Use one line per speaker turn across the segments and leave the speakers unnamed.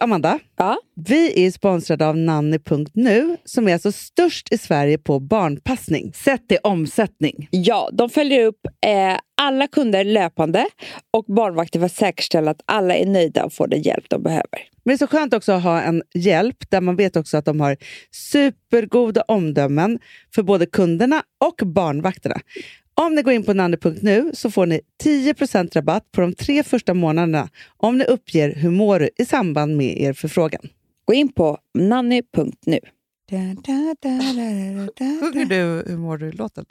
Amanda,
Ja.
vi är sponsrade av nanny.nu som är alltså störst i Sverige på barnpassning. Sett i omsättning.
Ja, de följer upp eh, alla kunder löpande och barnvakter för att säkerställa att alla är nöjda och får den hjälp de behöver.
Men det är så skönt också att ha en hjälp där man vet också att de har supergoda omdömen för både kunderna och barnvakterna. Om ni går in på nanny.nu så får ni 10% rabatt på de tre första månaderna om ni uppger hur mår du i samband med er förfrågan.
Gå in på nanny.nu.
Sjunger du Hur mår du-låten?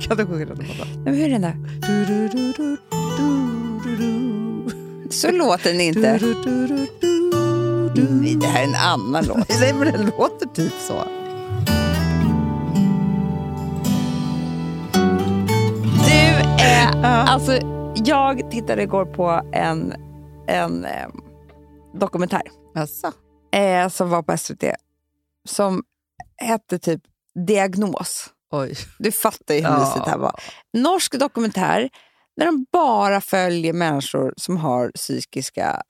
Kan du sjunga den?
Men hur är den där? Så låter den inte. Det här är en annan låt.
Nej, men den låter typ så.
Du, eh, alltså, jag tittade igår på en, en eh, dokumentär
Jaså?
eh, som var på SVT som hette typ Diagnos.
Oj.
Du fattar ju hur
Ja.
mysigt det här var. Norsk dokumentär där de bara följer människor som har psykiska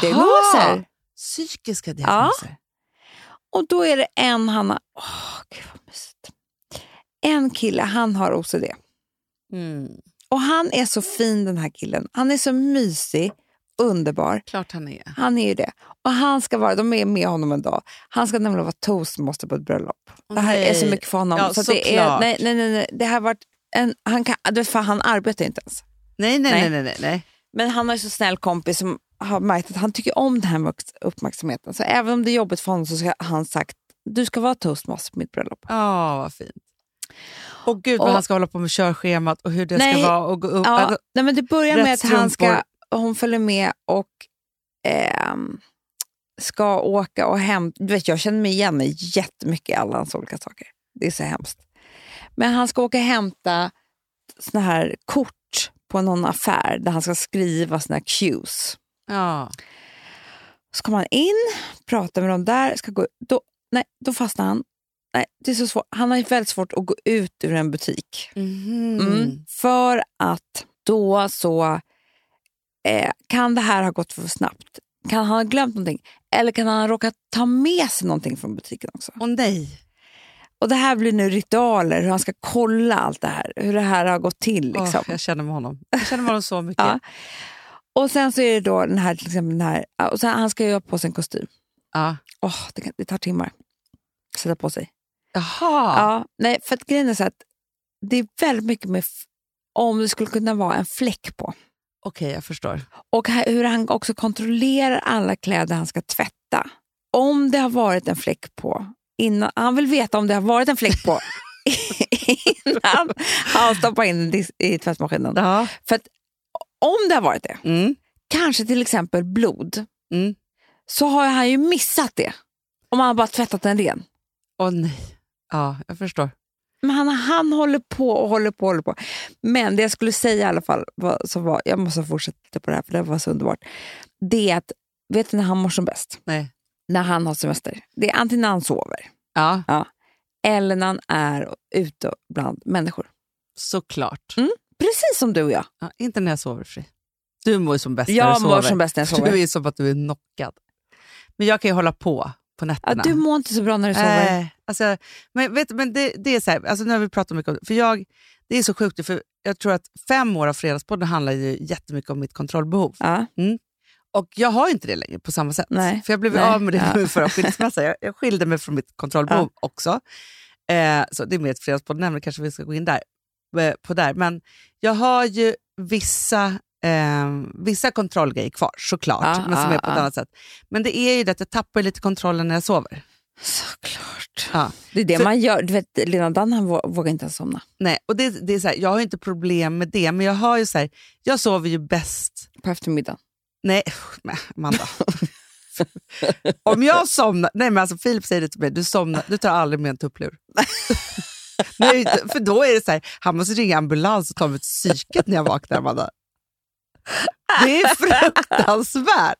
diagnoser.
Jaha. Psykiska diagnoser.
Och då är det en Hanna... Åh, gud vad mysigt. En kille, han har OCD.
Mm.
Och han är så fin den här killen. Han är så mysig, underbar.
Klart han är.
Han är ju det. Och han ska vara, de är med honom en dag. Han ska nämligen vara toastmaster på ett bröllop. Det här är så
nej.
mycket för honom.
Ja,
så att det är,
såklart.
nej, nej, nej, nej. Det här har varit en, han, kan, du vet, fan, han arbetar ju inte ens.
Nej, nej,
Nej.
nej. nej, nej, nej.
Men han har ju så snäll kompis som har märkt att han tycker om den här mux- uppmärksamheten. Så även om det är jobbigt för honom så har han sagt du ska vara toastmaster på mitt bröllop.
Ja, vad fint. Och gud vad
Och-
han ska hålla på med körschemat och hur det
Nej.
ska vara och gå upp.
Ja,
Alltså,
nej, men det börjar
rätt
med att han ska,
strumpor.
hon följer med och ehm, ska åka och hämta... Du vet, jag känner mig igen mig jättemycket i alla hans olika saker. Det är så hemskt. Men han ska åka och hämta såna här kort på någon affär där han ska skriva såna här cues.
ja.
Så kommer han in, pratar med dem där, ska gå då, nej, då fastnar han. Nej, det är så svårt. Han har ju väldigt svårt att gå ut ur en butik.
Mm-hmm.
Mm. För att då så eh, kan det här ha gått för snabbt. Kan han ha glömt någonting? Eller kan han ha råkat ta med sig någonting från butiken också?
Och nej.
Och det här blir nu ritualer, hur han ska kolla allt det här. Hur det här har gått till.
Åh,
Liksom.
jag känner med honom. Jag känner med honom så mycket.
Ja. Och sen så är det då den här, till exempel den här, och sen, han ska ju ha på sig en kostym.
Ja.
Åh, det, kan, det tar timmar att sätta på sig.
Jaha.
Ja, nej, för att grejen är så att det är väldigt mycket med f- om det skulle kunna vara en fläck på.
Okej, jag förstår.
Och här, hur han också kontrollerar alla kläder han ska tvätta. Om det har varit en fläck på. Innan, han vill veta om det har varit en fläck på innan han stoppar in den dis- i tvättmaskinen.
Ja.
För att om det har varit det,
Mm.
kanske till exempel blod,
Mm.
så har han ju missat det. Om han bara tvättat den ren.
Åh nej. Ja, jag förstår.
Men han, han håller på och håller på och håller på. Men det jag skulle säga i alla fall, var, som var, jag måste fortsätta lite på det här för det här var så underbart. Det är att, vet du när han mår som bäst?
Nej.
När han har semester. Det är antingen när han sover
Ja,
eller när han är ute bland människor.
såklart.
Precis som du och jag.
Ja, inte när jag sover fri. Du mår ju som bäst när du
Jag
sover.
mår som bäst när jag
Du
sover.
är ju som att du är knockad. Men jag kan ju hålla på på
Ja,
nätterna.
du mår inte så bra när du sover.
Nej, alltså, men vet, du, men det, det är så här, alltså nu har vi pratat mycket om det, för jag, det är så sjukt, för jag tror att fem år av Fredagspodden handlar ju jättemycket om mitt kontrollbehov.
Ja.
Och jag har inte det längre på samma sätt.
Nej,
För jag blev
nej,
av med det
ja.
med min förra skilsmässa. Jag, jag skilde mig från mitt kontrollbehov också. Eh, så det är mer ett Fredagspodden-ämne, kanske vi ska gå in där, eh, på där. Men jag har ju vissa, eh, vissa kontrollgrejer kvar såklart,
Ja,
men som
ja,
är på ett
ja.
annat sätt. Men det är ju det att jag tappar lite kontrollen när jag sover.
Såklart.
Ja.
Det är det
För-
man gör. Du vet, Lena Dan han vå- vågar inte ens somna.
Nej, och det, det är så här, jag har ju inte problem med det, men jag har ju så här, jag sover ju bäst...
På eftermiddagen.
Nej, usch, nej, Amanda. Om jag somnar... Nej, men alltså Filip säger det till mig, du, somnar, du tar aldrig med en tupplur. nej, för då är det så här, han måste ringa ambulans och ta mig till psyket när jag vaknar, Amanda. Det är fruktansvärt.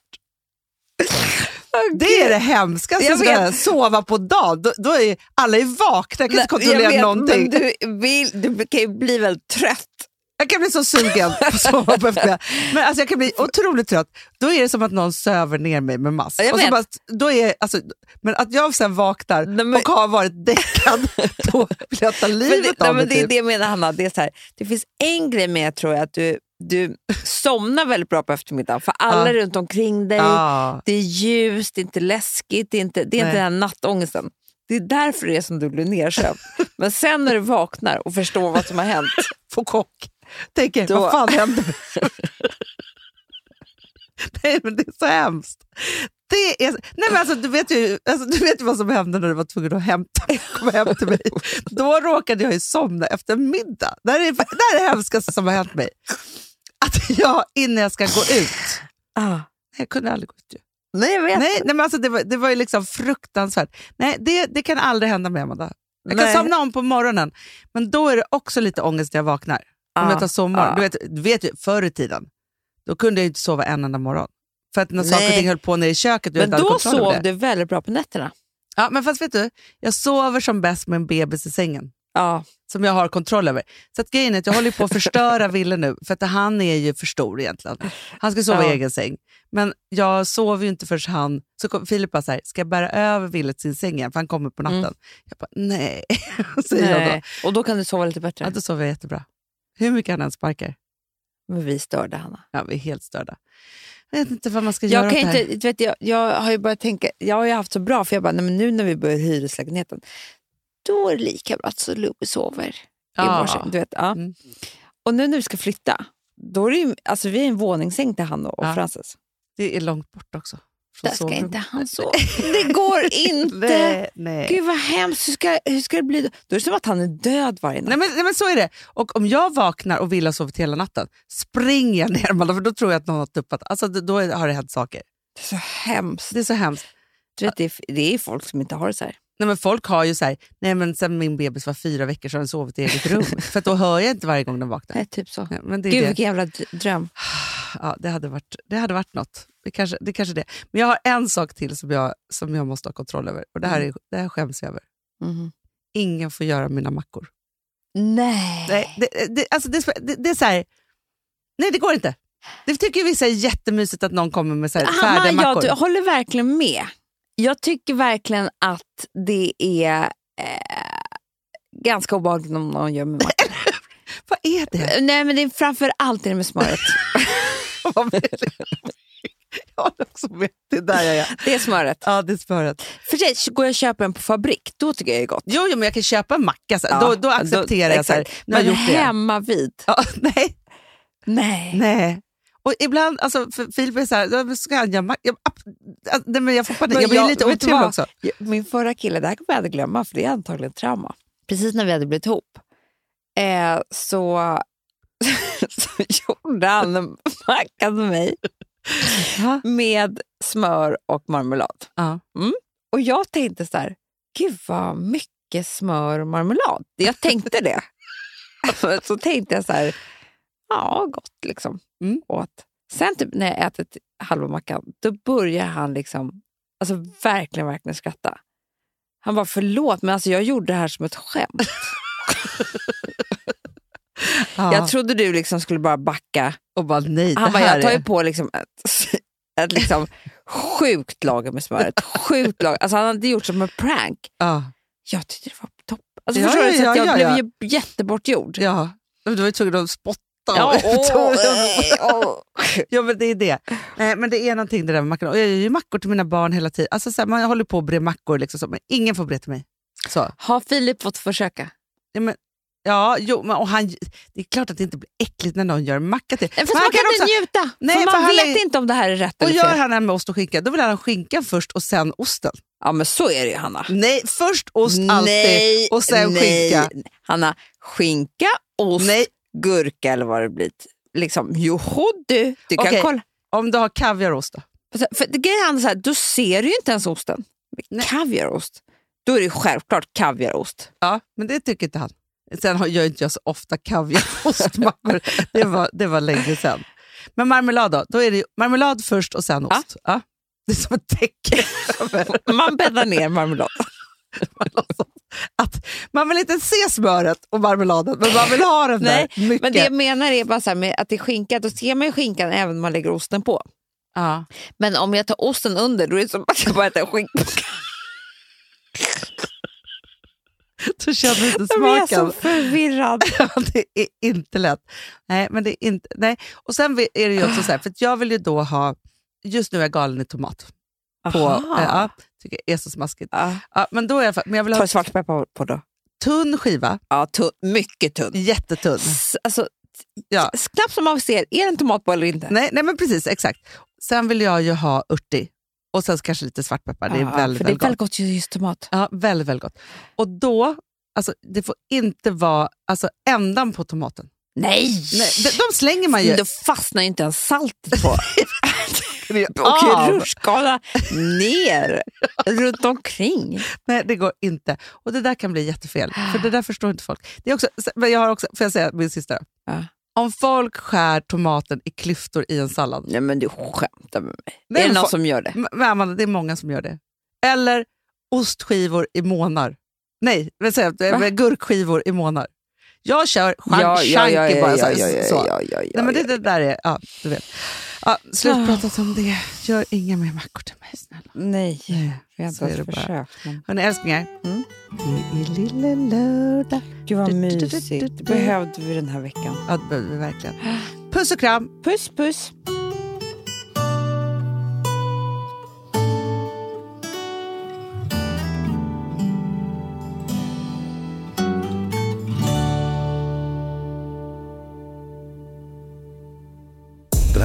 Det är det hemskaste
Jag
som
vet.
kan hända, sova på dagen. Då, då är alla är vakna, jag kan inte
Nej,
kontrollera
jag vet,
någonting.
Men du, vill, du kan ju bli väldigt trött
Jag kan bli så sugen på sova på eftermiddagen. Men alltså jag kan bli otroligt trött. Då är det som att någon söver ner mig med mask.
Jag
Och så
vet.
bara, då är, alltså, men att jag sen vaknar
Nej, men-
och har varit däckad, då vill jag ta
Men
livet
det, nej,
av mig.
men det är
Typ.
det jag menar Hanna. Det, är så här, det finns en grej med tror jag, att du, du somnar väldigt bra på eftermiddagen för alla
Ja.
runt omkring dig,
Ja.
det är ljust, det är inte läskigt, det är inte, det är
Nej.
inte den här nattångesten. Det är därför det är som du blir nersövd. Men sen när du vaknar och förstår vad som har hänt,
Få kock. Tänker,
Då-
vad fan hände? nej men det är så hemskt. Det är, nej men alltså, du, vet ju, alltså, du vet ju vad som hände när du var tvungen att hämta, komma hem till mig. Då råkade jag ju somna efter middag. Det här är det, här är det hemskaste som har hänt mig. Att jag, innan jag ska gå ut,
ah,
jag kunde aldrig gå ut ju.
nej jag vet.
Nej, nej men alltså, det, var, det var ju liksom fruktansvärt. Nej, det, det kan aldrig hända mig Amanda. Jag kan
Nej.
somna om på morgonen, men då är det också lite ångest när jag vaknar. Om jag tar sommar.
ah.
Du, vet, du vet ju, förr i tiden, då kunde jag ju inte sova en enda morgon. För att när saker och
Nej.
ting höll på nere i köket, du
Men
inte hade
då
kontroll över
sov
det.
du väldigt bra på nätterna.
Ja, men fast vet du, jag sover som bäst med en bebis i sängen.
Ja,
Som jag har kontroll över. Så att grejen är att jag håller ju på att förstöra Ville nu, för att han är ju för stor egentligen. Han ska sova
Ja.
i egen säng. Men jag sover ju inte förrän han... Så kom, Filip bara så här, ska jag bära över Ville till sin säng igen? För han kommer på natten. Jag bara, nej, säger jag då.
Mm. nej. Och då kan du sova lite bättre.
Ja, då sover jag jättebra. Hur mycket han än sparkar.
Men vi störde Hanna.
Ja, vi är helt störda. Jag vet inte vad man ska göra
Jag, kan
åt det
inte,
här.
du vet, jag, jag har ju börjat tänka, jag har ju haft så bra, för jag bara, nej, men nu när vi börjar i hyreslägenheten, då är det lika bra att så Louie sover i
Ja.
morse. Du vet, ja.
Mm.
Och nu när vi ska flytta, då är det ju, alltså, vi är en våningssäng till han och
Ja.
Frances.
Det är långt bort också. från
Där ska
sovrummet.
inte han sova. Det går inte!
Nej, nej.
Gud vad hemskt, hur ska, hur ska det bli? Då Då är det som att han är död varje natt.
Nej, men, nej men så är det. Och om jag vaknar och vill ha sovit hela natten, springer jag ner Amanda, för då tror jag att någon har tuppat. Alltså det- då är- har det hänt saker.
Det är så hemskt.
Det är så hemskt.
Du vet, det, är, det är folk som inte har det så här.
Nej, men folk har ju så här, nej men sen min bebis var fyra veckor så har den sovit i eget rum. för att då hör jag inte varje gång den vaknar.
Nej, typ så.
Nej, men det är
Gud
det.
vilken jävla d- dröm.
Ja, det hade varit, det hade varit något. Det kanske, det kanske är det. Men jag har en sak till som jag, som jag måste ha kontroll över. Och det
Mm.
här, är, det här skäms jag över. Mm-hmm.
Mhm.
Ingen får göra mina mackor.
Nej.
Nej, det, det, alltså det, det, det är så här, nej det går inte. Det tycker ju vissa är jättemysigt att någon kommer med så här,
Hanna,
färdiga mackor.
jag t- håller verkligen med. Jag tycker verkligen att det är eh, ganska obehagligt om någon gör med macka.
Vad är det?
Nej, men det är framför allt det med smöret.
Vad vill jag? jag håller också med. Det är där jag är.
Det är smöret.
Ja, det är spöret.
För sig, går jag och köper en på fabrik, då tycker jag det är gott.
Jo, jo, men jag kan köpa en macka. Så här.
Ja,
då, då accepterar jag. Så här,
exakt.
nu har
Men
jag gjort det.
hemma vid.
Ja, nej,
Nej.
Nej. Och ibland, alltså för Filip är såhär, "Ja, men ska han göra mack-" jag, app- alltså, nej, men jag får panik,
Men
jag blir
jag-
lite
vet du
otrevlig
vad?
också.
Jag- Min förra kille, det här kommer jag aldrig glömma, för det är antagligen ett trauma. Precis när vi hade blivit ihop eh, så, så gjorde han en macka med mig
Ja.
med smör och marmelad.
Ja.
Mm. Och jag tänkte så här, gud vad mycket smör och marmelad. Jag tänkte det. så tänkte jag så här, ja gott liksom.
Mm.
Åt. Sen typ när jag ätit halva mackan, då börjar han liksom, alltså verkligen, verkligen skratta. Han bara, förlåt, men alltså jag gjorde det här som ett skämt.
Ja.
Jag trodde du liksom skulle bara backa.
och bara nej, det
Han bara,
här
jag tar ju
är...
på liksom ett, ett liksom sjukt lager med smör. Ett sjukt lager. Alltså han hade gjort som en prank.
Ja,
Jag tyckte det var topp. Alltså,
Ja,
förstår du?
ja,
Så
ja,
att jag
ja,
blev
ja.
ju jättebortgjord.
ja. Men Du var ju tvungen att spotta.
Ja,
och-
åh, eh, åh.
ja, men det är det. Nej, men det är någonting det där med mackorna. Och jag gör ju mackor till mina barn hela tiden. Alltså, så här, man håller på att bre mackor, liksom, så, men ingen får bre till mig. Så.
Har Filip fått försöka?
Ja, men, ja jo, men, och han, det är klart att det inte blir äckligt när någon gör en macka till.
Fast
Men
man,
han
kan
också-
inte njuta.
Nej,
för man
för han
vet
är-
inte om det här är rätt
Och
eller
gör
fel.
han det här med ost och skinka, då vill han ha skinkan först och sen osten.
Ja, men så är det ju Hanna.
Nej, först ost alltid och sen
nej.
skinka.
Hanna, skinka, ost,
Nej,
gurka eller vad det blir. Liksom, joho du, du kan
Okej.
kolla.
om du har kaviarost då.
Alltså, För det grejen är så här, då ser du ju inte ens osten. Men
Nej.
Kaviarost, då är det ju självklart kaviarost.
Ja, men det tycker inte han. Sen har- gör inte jag så ofta kaviarostmackor. det, var, det var länge sedan. Men marmelad då? då är det ju marmelad först och sen
Ja.
ost. Ja. Det är som ett täcke. över
Man bäddar ner marmelad.
marmelad. att man vill inte se smöret och marmeladen, men man vill ha den
Nej,
där mycket.
Men det jag menar är bara så här med att det är skinka, då ser man ju skinkan även om man lägger osten på.
ja.
Men om jag tar osten under, då är det som att jag bara äter skinka.
Du känner inte
Jag är så
smaken.
förvirrad.
Ja, det är inte lätt. Nej, men det är inte, nej. Och sen vi- är det ju också så här, för att jag vill ju då ha, just nu är jag galen i tomat. På,
Aha.
eh, ja, tycker jag är så smaskigt.
Ja.
Ja, men då är jag, men jag vill
Tar
ha
du svartpeppar på då?
tunn skiva,
Ja, tunn, mycket tunn.
jättetunn.
S- Alltså,
Ja.
s- knappt som man ser, är det en tomat på eller inte?
Nej, nej men precis, exakt. Sen vill jag ju ha örtig och sen kanske lite svartpeppar. Det är
Ja,
väldigt,
för det är
väldigt gott.
väldigt gott ju just tomat.
Ja, väldigt, väldigt gott. Och då, alltså, det får inte vara alltså, ändan på tomaten.
Nej!
Nej, de, de slänger man ju.
Då fastnar ju inte ens saltet på.
av.
Och rutschkana ner, runt omkring.
Nej, det går inte. Och det där kan bli jättefel, för det där förstår inte folk. Det är också, men jag har också, får jag säga min sista? då?
Ja.
Om folk skär tomaten i klyftor i en sallad.
Nej men du skämtar med mig.
Nej,
är det
men
någon
fo-
som gör det?
M- Men Amanda, det är många som gör det. Eller ostskivor i månar. Nej, vad säger jag,
Va?
Eh, gurkskivor i månar. Jag kör shank, shanky bara. så här, så. Nej, men det, det där är, ja, du vet. Ja, slut pratat om det. Gör inga mer mackor till mig, snälla.
Nej,
Nej.
vi har
så
inte
är det
ens
bara.
försökt. Men...
Hörni, älsklingar.
Mm.
Det är lilla lördag.
Gud vad
Du, du, du, du, du,
mysigt. Det
du.
behövde vi den här veckan.
Ja, det behöver vi verkligen. Puss och kram.
Puss puss!
Den